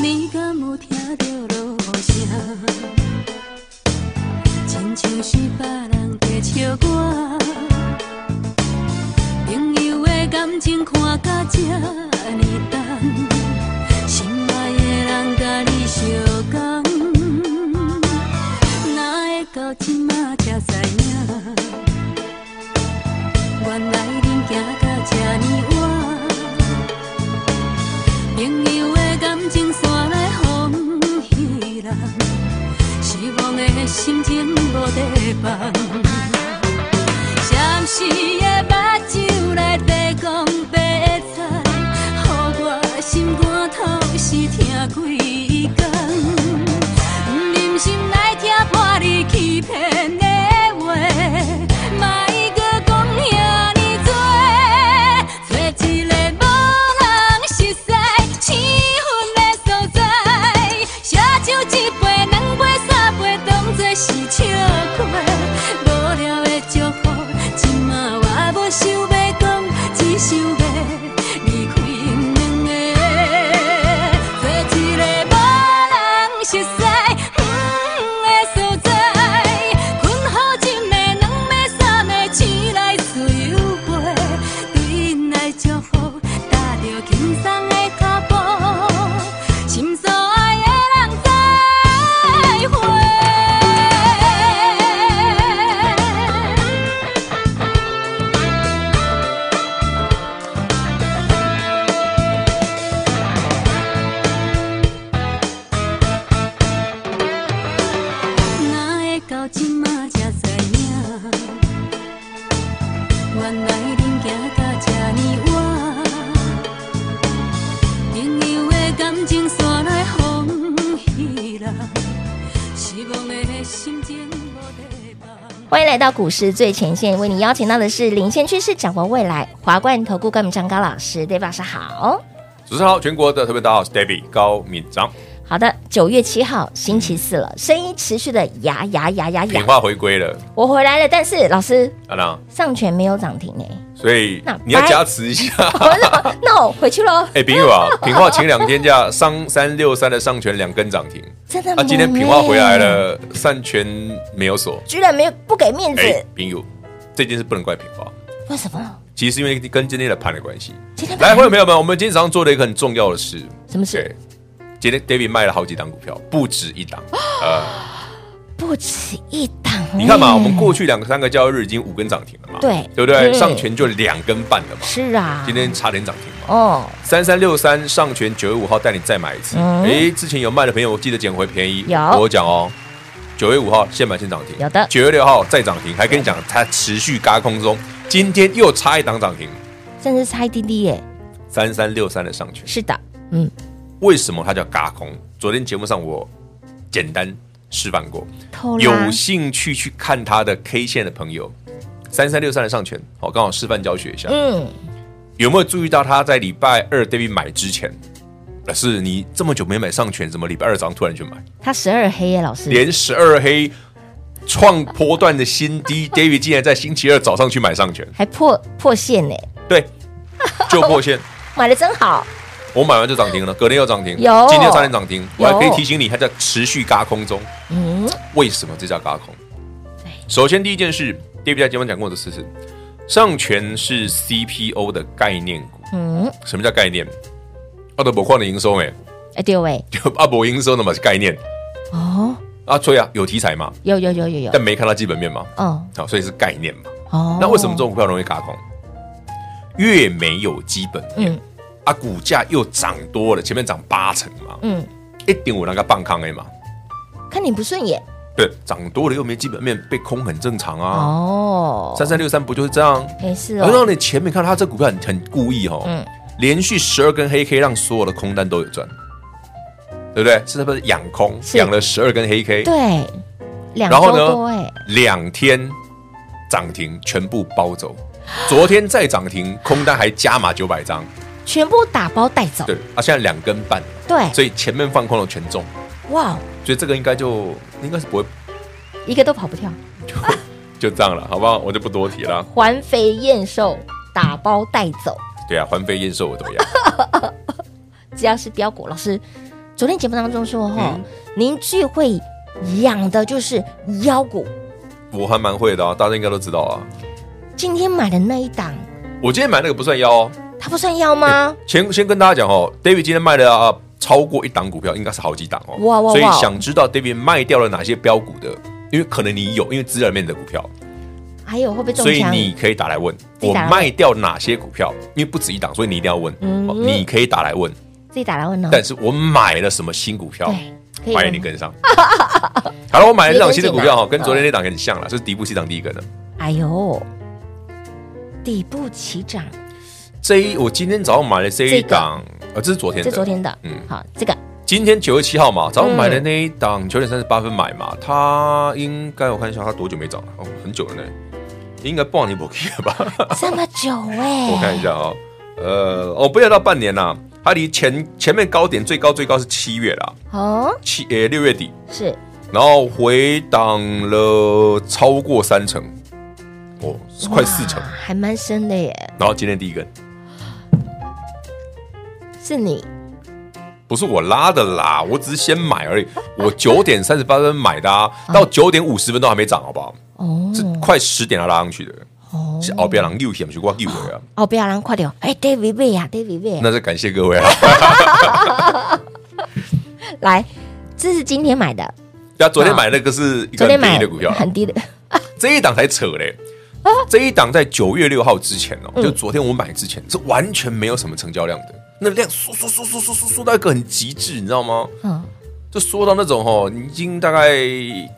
你敢有听到落雨声？亲像是别人在笑我。朋友的感情看甲这呢重，心爱的人甲你相共，哪会到即马才知影？原来恁行到这呢晚。朋友的感情线来风戏人，失望的心情无地放。闪烁的目睭内底讲白菜，予我心肝透是疼几工。忍心来听破你欺骗的话，莫搁讲遐尼多，找一个无人熟悉、生分的所在，写酒一杯、两杯、三杯，当作是笑话。无聊的祝福，即马我无想要讲，只想要离开阮两个，做一个无人熟悉。的所在，困好一暝、两暝、三暝，醒来自由飞，对因来祝福，踏着轻松的脚步，心所爱的人再会。哪会到即马才知影？原来恁行到这呢晚，朋友的感情线来风戏人，失望的心情无地放。欢迎来到股市最前线，为你邀请到的是领先趋势、掌握未来华冠投顾高敏章高老师，David 老师好。主持人好，全国的特别大家好，我是 David 高敏章，好的，九月七号星期四了，声音持续的牙牙牙牙品牙，化回归了，我回来了，但是老师阿郎，上权没有涨停 哎、所以那你要加持一下。我那那我回去喽， 哎，朋友啊，品化前两天价商三六三的上权两根涨停，真的、啊，今天品化回来，了，上权没有锁，居然没有不给面子，哎，朋友，这件事不能怪品化，为什么？其实是因为跟今天的盘的关系。今天来，会朋友们，我们今天早上做了一个很重要的事，什么事对？今天 David 卖了好几档股票，不止一档。哦呃，不止一档、你看嘛，哎我们过去两个三个交易日已经五根涨停了嘛，对对不对？对上权就两根半了嘛，是啊，今天差点涨停嘛。哦，三三六三上权九月五号带你再买一次。嗯诶，之前有卖的朋友，我记得捡回便宜。有我讲哦，九月五号现买现涨停，有的九月六号再涨停，还跟你讲它持续嘎空中，今天又差一档涨停，甚至差一滴滴耶，三三六三的上权。是的，嗯，为什么它叫嘎空？昨天节目上我简单示范过，偷拉有兴趣去看它的 K 线的朋友，三三六三的上权，好，刚好示范教学一下。嗯，有没有注意到他在礼拜二 David 买之前，呃是你这么久没买上权，怎么礼拜二早上突然去买？他十二黑耶，老师，连十二黑创波段的新低 ，David 竟然在星期二早上去买上权，还破破线呢，对，就破线。 买的真好，我买完就涨停了，隔天又涨停，有今天又差点涨停。我还可以有提醒你，它在持续嘎空中。嗯，哎为什么这叫嘎空对？首先第一件事，David 在节目讲过的事是，上权是 CPO 的概念股。嗯，什么叫概念？奥德博矿的营收、欸，哎，对 喂，就阿伯营收的嘛是概念哦，啊，所以啊有题材嘛，有有有有有但，没看到基本面嘛，哦好、所以是概念嘛。哦，那为什么这种股票容易嘎空？越没有基本面、嗯啊，股价又涨多了，前面涨八成嘛，嗯一定有那个棒康 A 嘛。看你不顺眼对，涨多了又没基本面，被空很正常啊。哦，三三六三不就是这样？没事然后哦，你前面看它这股票很很故意哦，嗯连续十二根黑 K 让所有的空单都有赚，对不对？是不是养空是养了十二根黑 K？对，两周然后多呢哎，，两天涨停全部包走，昨天再涨停，空单还加码九百张，全部打包带走，对，啊，现在两根半，对，所以前面放空的全中，哇，所以这个应该就应该是不会一个都跑不跳，啊就这样了，好不好？我就不多提了。环肥燕瘦，打包带走，对啊，环飞燕瘦我都要，只要是标股，老师昨天节目当中说哈、嗯您最会养的就是腰股， 我还蛮会的啊，大家应该都知道啊。今天买的那一档，我今天买那个不算腰、哦，它不算腰吗？先先跟大家讲哦，David 今天卖了啊超过一档股票，应该是好几档哦。哇哇哇所以想知道 David 卖掉了哪些标股的，因为可能你有，因为资料里面的股票，还有会不会中所以枪？你可以打来问自己我打来问卖掉哪些股票，因为不止一档，所以你一定要问。嗯哦你可以打来问，自己打来问哦。但是我买了什么新股票？对，哎可以欢问迎你跟上。 好了，我买了这档新的股票哈，直接跟进啊跟昨天那档很像了，是底部起涨第一个的。哎呦，底部起涨，这一我今天早上买了这一档，呃，这是昨天这的，昨天嗯的，嗯好，这个今天九月七号嘛，早上买的那一档九点三十八分买嘛，它应该我看一下它多久没涨了，哦，很久了呢，应该半年不去了吧？这么久哎、 我看一下哦，呃，哦，不要到半年啦，它离前前面高点最高最高是七月啦，哦，七呃六月底，是然后回档了超过三成，哦，是快四成哇，还蛮深的耶。然后今天第一根是你不是我拉的啦，我只是先买而已，我九点三十八分买的啊，嗯到九点五十分都还没涨，好不好？哦是快十点它拉上去的，哦是后边人六点去挂六尾啊，哦，不要让快点哦，哎，David 贝呀，David 贝呀，那是感谢各位啊。 来，这是今天买的，对啊，昨天买那个是一个昨天很便买宜的股票 啊，很低的，这一档才扯嘞。啊这一档在九月六号之前嗯哦，就昨天我买之前是完全没有什么成交量的，那量缩缩缩缩缩缩缩到一个很极致，你知道吗？嗯，就说到那种哦，你已经大概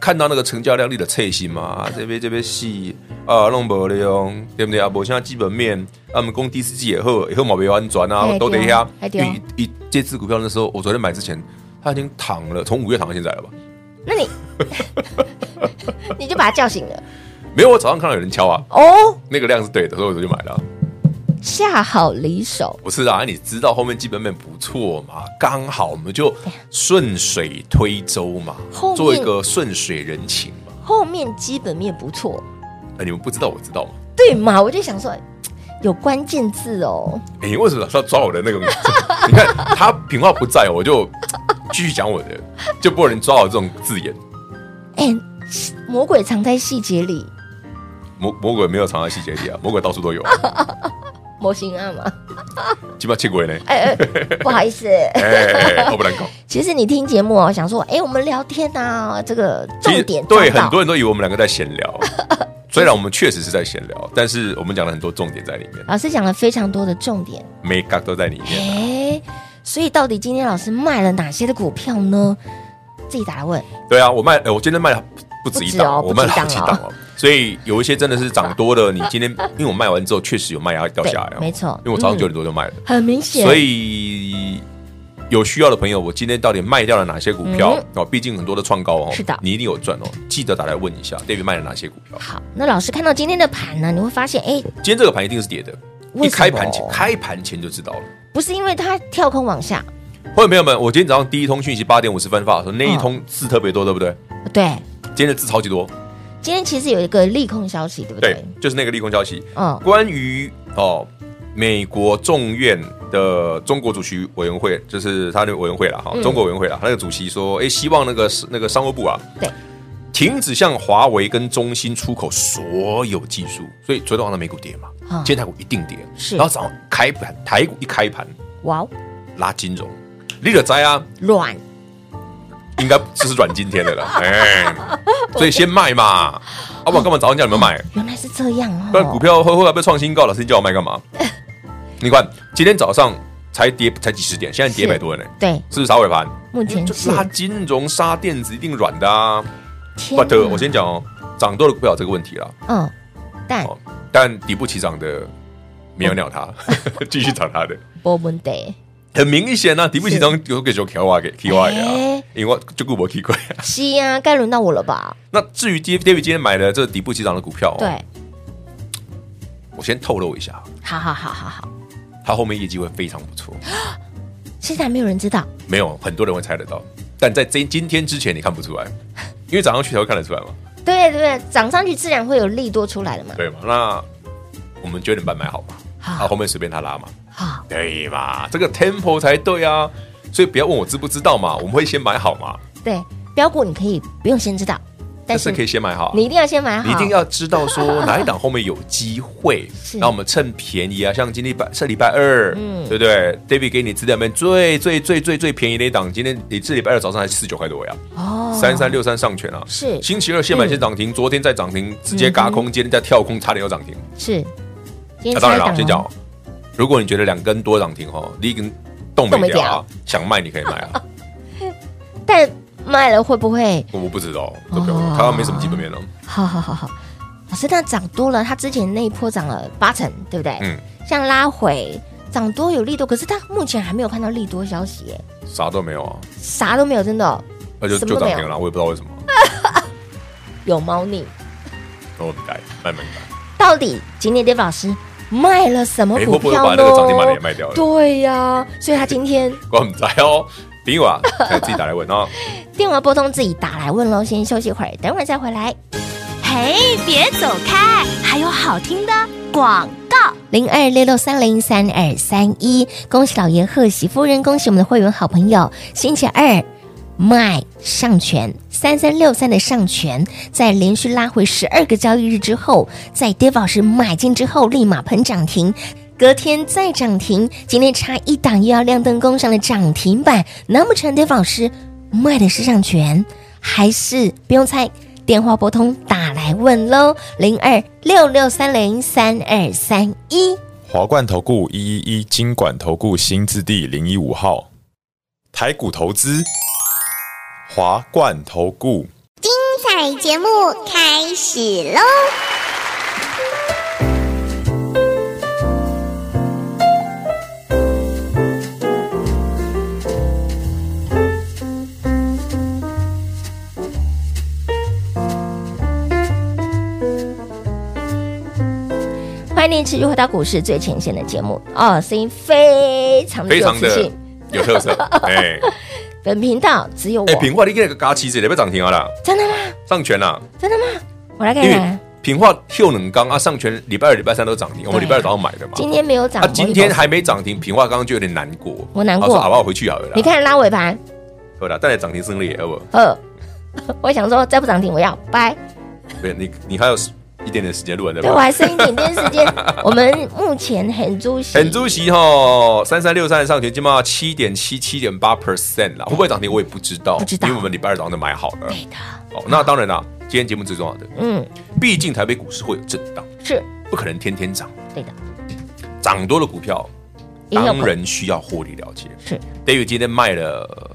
看到那个成交量力的侧心嘛，这边这边细啊，弄不了，对不对啊？我现在基本面，啊我们公第四季也后以后毛没完转啊，嘿都等一下。对啊一一这只股票那时候，我昨天买之前，它已经躺了，从五月躺到现在了吧？那 你你就把他叫醒了没有，我早上看到有人敲啊，哦，那个量是对的，所以我就买了啊。下好离手，不是啊，你知道后面基本面不错嘛，刚好我们就顺水推舟嘛后，面做一个顺水人情嘛。后面基本面不错，哎，你们不知道，我知道嘛。对嘛？我就想说有关键字哦，你哎为什么老是要抓我的那个名字？ 你看他平话不在，我就继续讲我的，就不能抓我这种字眼。哎，魔鬼藏在细节里，魔魔鬼没有藏在细节里啊，魔 鬼到处都有啊。模型啊案嘛，鸡巴切鬼呢？哎 哎，不好意思。哎，我不能搞。其实你听节目哦，想说，哎，我们聊天啊，这个其实 重点对抓到很多人都以为我们两个在闲 聊，虽然我们确实是在闲聊，但是我们讲了很多重点在里面，老师讲了非常多的重点，每个都在里面。哎，所以到底今天老师卖了哪些的股票呢？自己打来问，对啊，我卖，哎我今天卖了不止一档，不止哦我卖了不止一好档几档哦。所以有一些真的是涨多了，你今天因为我卖完之后确实有卖压掉下来哦，对没错因为我早上嗯九点多就卖了。很明显，所以有需要的朋友，我今天到底卖掉了哪些股票？哦，毕竟很多的创高哦，嗯是的你一定有赚哦，记得打来问一下，David 卖了哪些股票？好，那老师看到今天的盘呢，你会发现，哎，今天这个盘一定是跌的，为一什么开盘前开盘前就知道了。不是因为它跳空往下，欢迎朋友们，我今天早上第一通讯息八点五十分发的时候，那一通字特别多，对不对？对，今天的字超级多，今天其实有一个利空消息，对不对？对，就是那个利空消息，嗯，关于哦美国众院的中国主席委员会，就是他那个委员会了哈，嗯中国委员会了，他那个主席说，哎，希望那个那个商务部啊，对，停止向华为跟中兴出口所有技术，所以昨天晚上美股跌嘛，嗯今天台股一定跌，是然后早上开盘台股一开盘哇哦，拉金融，你的灾啊，软应该就是软今天的了， 哎，所以先卖嘛，要不然干嘛早上叫你们买？原来是这样哦。 不然股票会后来被创新高，老师你叫我卖干嘛？你看今天早上才跌才几十点，现在跌是百多呢，对，是不是杀尾盘？目前就是是它金融杀电子一定软的啊。天 But 哪我先讲哦，涨多了股票有这个问题啦，嗯，但哦，但底部起涨的没有鸟它，哦 继续涨它的。波文得很明显啊，底部起涨有给就 K Y 给 K Y 啊哎，因为我就顾我 K 怪。是呀，该轮到我了吧？那至于 Dave David 今天买的这底部起涨的股票，，哦对，我先透露一下，好好好好好，它后面业绩会非常不错。现在没有人知道，没有很多人会猜得到，但在今今天之前你看不出来，因为涨上去才会看得出来嘛，对对对，涨上去自然会有利多出来了嘛。对嘛？那我们九点半买好嘛，好啊，后面随便他拉嘛，好，对嘛？这个 tempo 才对啊，所以不要问我知不知道嘛，我们会先买好嘛，对，标股你可以不用先知道，但但是是可以先买好啊。你一定要先买好，你一定要知 道说哪一档后面有机会是，那我们趁便宜啊，像今天礼拜这礼拜二，嗯对不对？David 给你资料里面最最最最最便宜的一档，今天你这礼拜二早上还四九块多呀，哦三三六三上权啊，是星期二先嗯买先涨停，昨天再涨停，直接嘎空，今天再跳空，差点要涨停。是，今天那当然拆档了，哦先讲哦，如果你觉得两根多涨停哦，你一根动动没没掉掉啊，想卖你可以卖 啊，但卖了会不会？我不知道，这不要哦问，台湾没什么基本面了。好好好好，老师，那涨多了，它之前那一波涨了八成，对不对？嗯，像拉回涨多有利多，可是它目前还没有看到利多消息耶，啥都没有啊，啥都没有，真的哦那就什么就都没涨有停了，我也不知道为什么，有猫腻。我明白，卖明白。到底今天 d a 老师卖了什么哎股会不会票把呢？那个涨停板的也卖掉了对呀、所以他今天我唔知哦，朋友啊，可以自己打来问啊。电话拨通自己打来问喽。先休息一会儿，等会儿再回来。嘿，别走开，还有好听的广告。零二六六三零三二三一，恭喜老爷，贺喜夫人，恭喜我们的会员好朋友。星期二卖上权三三六三的上权，在连续拉回十二个交易日之后，在 d e v 老师买进之后，立马喷涨停。隔天再涨停，今天差一档又要亮灯攻上了涨停板。难不成 d e v 老师卖的是上权，还是不用猜？电话拨通打来问喽，零二六六三零三二三一。 华冠投顾一一一金管投顾新字第零一五号，台股投资，华冠投顾。彩节目开始喽！欢迎您持续回到股市最前线的节目哦，声音非常的非有常磁的性。有 特色。哎本频道只有我，哎，品化你那个嘎旗子，你要涨停啊啦，真的吗？上权啦，真的吗？我来看因为看，品化秀冷刚啊，上权礼拜二、礼拜三都涨停，我们礼拜二早上买的嘛。今天没有涨，啊，今天还没涨停，品化刚刚就有点难过，我难过他说好啊吧，我回去好了啦。你看拉尾盘，好啦，带来涨停胜利，好不好？呃， 我想说再不涨停我要拜。对你，你还有一点点时间录完啊对对我吧？还剩一点点时 间，我们目前很主席，很主席哈，三三六三的上权，今嘛七点七、七点八 percent 啦，会不会涨停我也不知道，不知道因为我们礼拜二早上就买好了。对的，哦，那当然啦，今天节目最重要的，嗯，毕竟台北股市会有震荡，是不可能天天涨，对的，涨多的股票也有当然需要获利了结。是 David 今天卖了呃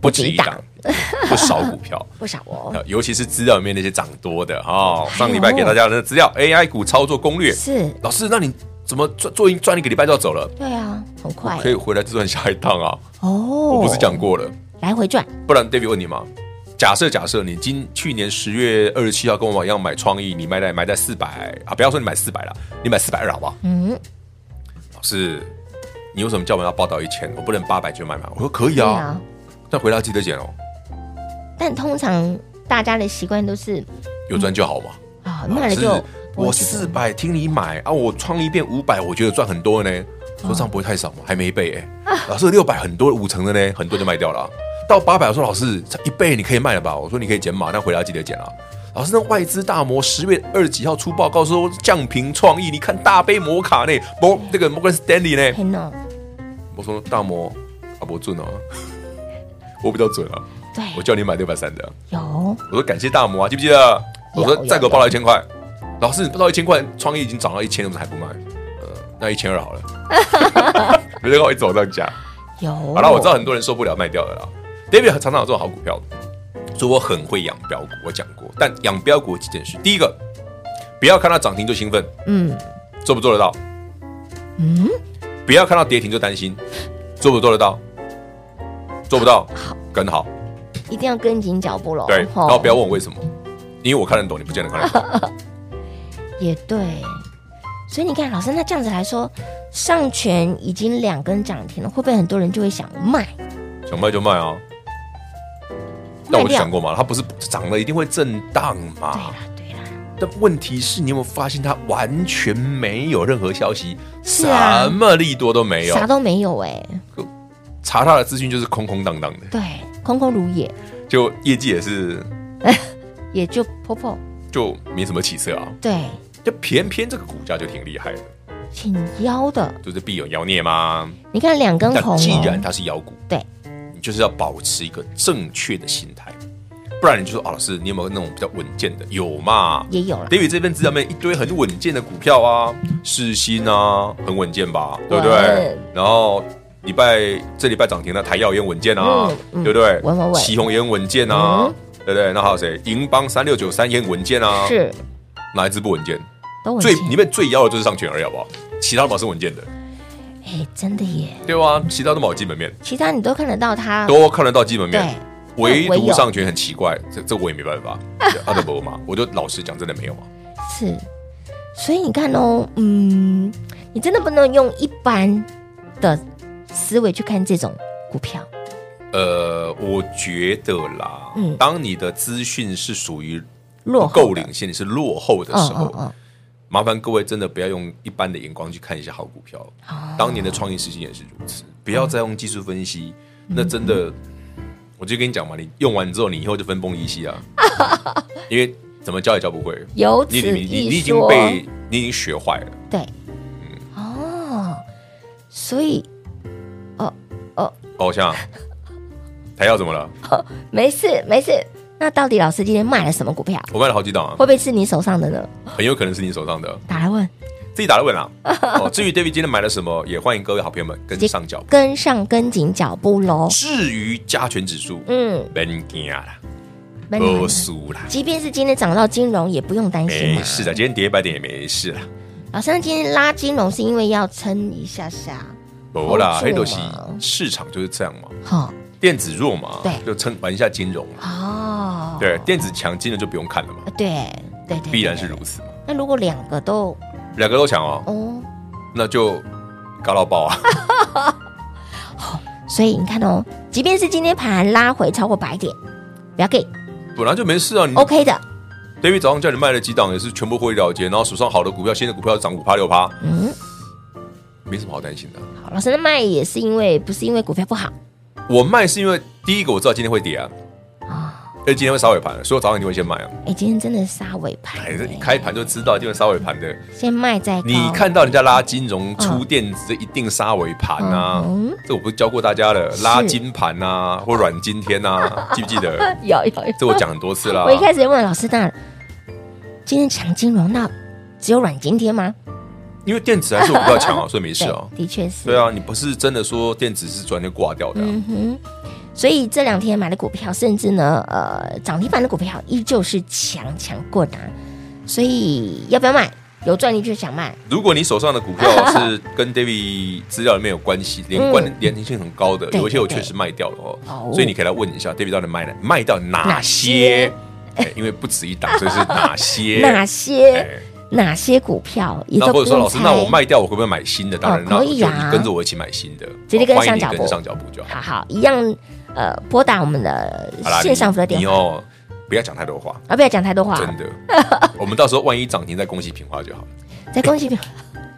不止一档， 不少股票。不少哦，呃尤其是资料里面那些涨多的哦，上礼拜给大家的资料 AI 股操作攻略，是，老师，那你怎么赚做一赚一个礼拜就要走了？对啊，很快可以回来再赚下一趟啊！哦，我不是讲过了，来回转，不然 David 问你嘛，假设假设你今去年十月二十七号跟我一样买创意，你买在买在四百啊，不要说你买四百了，你买四百二好不好？嗯，老师，你为什么叫我们要报到一千？我不能八百就买嘛？我说可以对啊啊，，但回来记得减哦，但通常大家的习惯都是有赚就好嘛。啊，老卖了师就不我会去四动百听你买啊，我创一遍五百，我觉得赚很多呢。说这样不会太少吗？还没一倍啊哎、老师六百很多五成的呢，很多就卖掉了啊、到八百，我说老师才一倍你可以卖了吧？我说你可以减码，但回来要记得减啊。老师，那外资大摩十月二十几号出报告说降平创意，你看大杯摩卡呢，摩那个摩根 Stanley 呢，嘿喏，我说大摩啊 不准哦、我比较准啊，对，我叫你买六百三的啊、有我说感谢大摩啊，记不记得？有我说再给我报到一千块。老师，你报到一千块，创意已经涨到一千，你怎么还不卖？呃，那一千二好了。 没人我一直往上加。有。好了，我知道很多人受不了卖掉的啦。David 常常有这种好股票，所以我很会养标股，我讲过。但养标股有几件事，第一个，不要看到涨停就兴奋，嗯做不做得到？嗯，不要看到跌停就担心，做不做得到？做不到，跟好。一定要跟紧脚步喽。对，吼然后不要问我为什么，因为我看得懂，你不见得看得 懂。也对。所以你看，老师，那这样子来说，上权已经两根涨停了，会不会很多人就会想卖？想卖就卖啊。但我就想过啊嘛，它不是涨了一定会震荡对啊嘛啦？，对啦，但问题是你有没有发现它完全没有任何消息，是啊什么利多都没有啥，都没有哎、查它的资讯就是空空荡荡的，对，空空如也，就业绩也是也就婆婆就没什么起色啊。对，就偏偏这个股价就挺厉害的，挺妖的。就是必有妖孽嘛。你看两根但红、哦，既然它是妖股，对，你就是要保持一个正确的心态，不然你就说啊，老师，你有没有那种比较稳健的？有嘛？也有了，啊 David 这份资料面一堆很稳健的股票啊，世新啊，很稳健吧，对啊不对稳？然后礼拜这礼拜涨停的台药也很稳健啊嗯，嗯对不对？稳稳稳旗宏也很稳健啊，嗯对不对？那还有谁？银邦三六九三也很稳健啊，是哪一只不稳健？都稳最健。里面最妖的就是上全而已，好不好？其他的保是稳健的，哎，真的耶，对吧？其他都没有基本面，其他你都看得到它，都看得到基本啊对面。，唯唯独有上权很奇怪，这这我也没办 法，阿德伯嘛，我就老实讲，真的没有嘛。是。所以你看哦，嗯，你真的不能用一般的思维去看这种股票，呃，我觉得啦，嗯当你的资讯是属于落不后的够领先，你是落后的时候，嗯麻烦各位真的不要用一般的眼光去看一些好股票。哦当年的创业时期也是如嗯此，不要再用技术分析，那真的，我就跟你讲嘛，你用完之后，你以后就分崩离 析啊，因为怎么教也教不会，有此你你你你一已经说，被嗯你已经学坏了。对，哦，所以宝 箱，台药怎么了？没事没事。那到底老师今天卖了什么股票？我卖了好几档啊会，不会是你手上的呢？很有可能是你手上的。打来问，自己打来 问啦。哦，至于 David 今天买了什么，也欢迎各位好朋友们跟上脚步。跟上跟紧脚步喽。至于加权指数，嗯，别惊啦，没不输啦，即便是今天涨到金融，也不用担心哦没嘛。事的，今天跌一百点也没事啦，老师，那今天拉金融是因为要撑一下下，不啦，好黑做都是嘛市场就是这样嘛，好电子弱嘛，对就撑玩一下金融哦，嘛，呃对，电子强，金融就不用看了嘛，对对对，必然是如此。此嘛，那如果两个都两个都强哦，哦，那就搞到 爆啊，所以你看哦，即便是今天盘拉回超过百点，不要给本来就没事啊，你 OK 的， David 早上叫你卖了几档，也是全部获利了结，然后手上好的股票，新的股票涨五趴六趴，嗯，没什么好担心的。好，老师那卖也是因为不是因为股票不好我卖是因为第一个我知道今天会跌啊，啊，因为今天会杀尾盘了，所以我早上一定会先买啊。哎、今天真的是杀尾盘、哎，哎这一开盘就知道一定会杀尾盘的。先卖再高你 看到人家拉金融出电子，这一定杀尾盘啊嗯！这我不是教过大家了，拉金盘啊，或软金天 啊，记不记得？有有有，这我讲很多次啦我。一开始问老师，那今天抢金融，那只有软今天吗？因为电子还是我比较强啊，所以没事啊。 对的确是。对啊，你不是真的说电子是转天挂掉的啊，嗯哼，所以这两天买的股票，甚至呢，呃，涨停板的股票依旧是强强过达，所以要不要买？有赚你就想卖，如果你手上 的股票是跟 David 资料里面有关系，连关嗯联系性很高的，对有一些我对确实卖掉了哦哦，所以你可以来问一下 David 到底卖了卖到哪些？哎因为不止一档，所以是哪 些？哪些哎哪些股票也那都或不者说用老师，猜。那我卖掉我会不会买新的？当然，哦那可我以就啊你跟着我一起买新的，直接跟欢迎上你脚步跟上脚步就好。好好一样，呃，拨打我们的好啦，线上服务你电你话哦，不要讲太多话，啊，不要讲太多话，真的。 我们到时候万一涨停再恭喜平花就好。再恭喜你哎，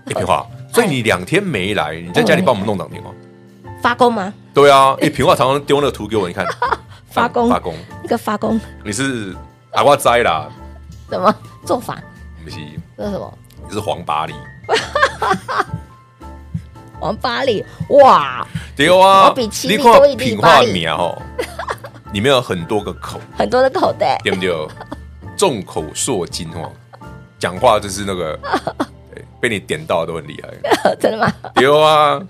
平花，所以你两天没来，你在家嗯里帮我们弄涨停哦。发功吗？对啊，哎，平花常常丢那个图给我，你看 发功发功。那个发功你是阿瓜斋啦，怎么做法？不是，你这是什么？是黄巴黎，王八里哇，对啊，我比七你力多看一力品巴化黎名啊吼，里面有很多个口，很多的口袋，对 不对？众口铄金哦，讲 话就是那个，对被你点到都很厉害，真的吗？ 对啊，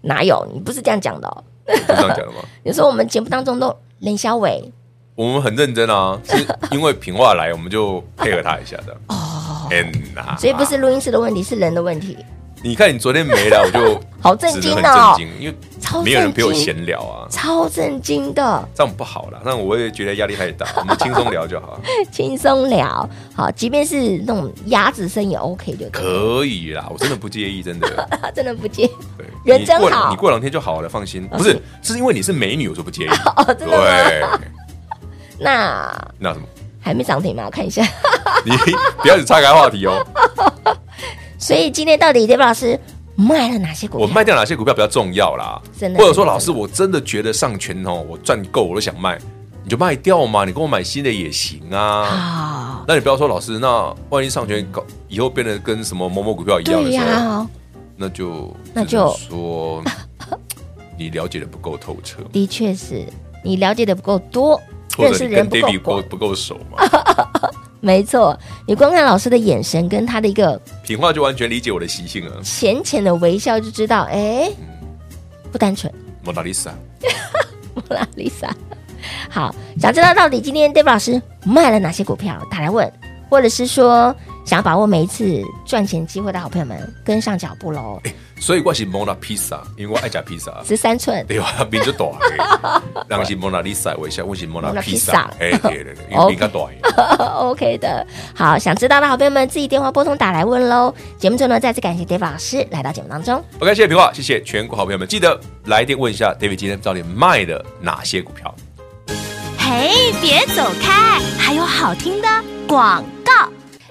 哪有？你不是这样讲的哦。就这样讲的吗？你说我们节目当中都冷小伟我们很认真啊，是因为平话来，我们就配合他一下的。哦，天哪！所以不是录音室的问题，是人的问题。你看你昨天没来，我就 好震惊只能哦很震惊，因超为没有人陪我闲聊啊，超震惊的，这样不好啦，那我也觉得压力太 大，我们轻松聊就好。啊轻松聊。好，即便是那种鸭子声也 OK 就对了，可以啦，我真的不介意，真的。 真的不接对，人你真过两好你过两天就好了，放心。不是，是因为你是美女，我说不介意。 哦，真的吗？对，那那什么， 还没涨停吗？我看一下。 你不要只岔开话题哦。所以今天到底 d a v 老师卖了哪些股票？我卖掉哪些股票比较重要啦？真的或者说，老师，我真的觉得上权哦，我赚够，我都想卖，你就卖掉嘛，你跟我买新的也行啊。啊，那你不要说老师，那万一上权搞以后变得跟什么某某股票一样的对时呀、候，那就那只能就说你了解的不够透彻，的确是你了解的不够多，或认者识你人跟不够 David 广不。不够熟嘛。没错，你光看老师的眼神跟他的一个平话就完全理解我的习性啊了。浅浅的微笑，就知道，哎，不单纯， 莫娜丽莎，莫娜丽莎。好，想知道到底今天 Dave 老师卖了哪些股票，打来问，或者是说想要把握每一次赚钱机会的好朋友们，跟上脚步喽。。所以我是莫娜披萨，因为我爱吃披萨十三寸，对吧？面就大的，人是蒙娜丽莎，我一下，我是蒙娜披萨 Mona Lisa，哎，对对对，因为面较大的。 OK 的，好，想知道的好朋友们自己电话拨通打来问喽。节目最后呢，再次感谢 Dave 老师来到节目当中。 OK，谢谢平话，谢谢全国好朋友们，记得来电问一下 David 今天到底卖了哪些股票。嘿，别走开，还有好听的广告。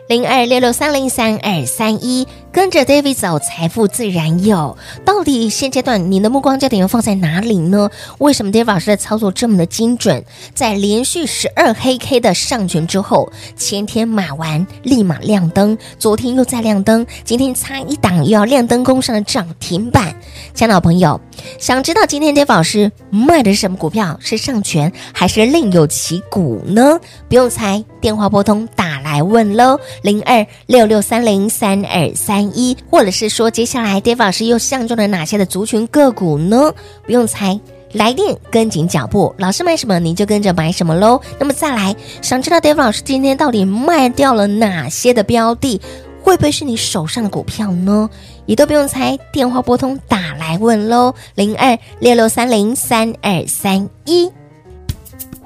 零二六六三零三二三一，跟着 David 走，财富自然有。到底现阶段你的目光焦点要放在哪里呢？为什么 David 老师的操作这么的精准？在连续十二黑 K 的上权之后，前天买完立马亮灯，昨天又再亮灯，今天差一档又要亮灯攻上了涨停板。亲爱的好朋友，想知道今天 Dave 老师卖的是什么股票？是上权还是另有其股呢？不用猜，电话拨通打来问喽，零二六六三零三二三一，或者是说接下来 Dave 老师又相中了哪些的族群个股呢？不用猜。来电跟紧脚步，老师买什么你就跟着买什么喽。那么再来，想知道 Dave 老师今天到底卖掉了哪些的标的，会不会是你手上的股票呢？也都不用猜，电话拨通打来问喽，零二六六三零三二三一。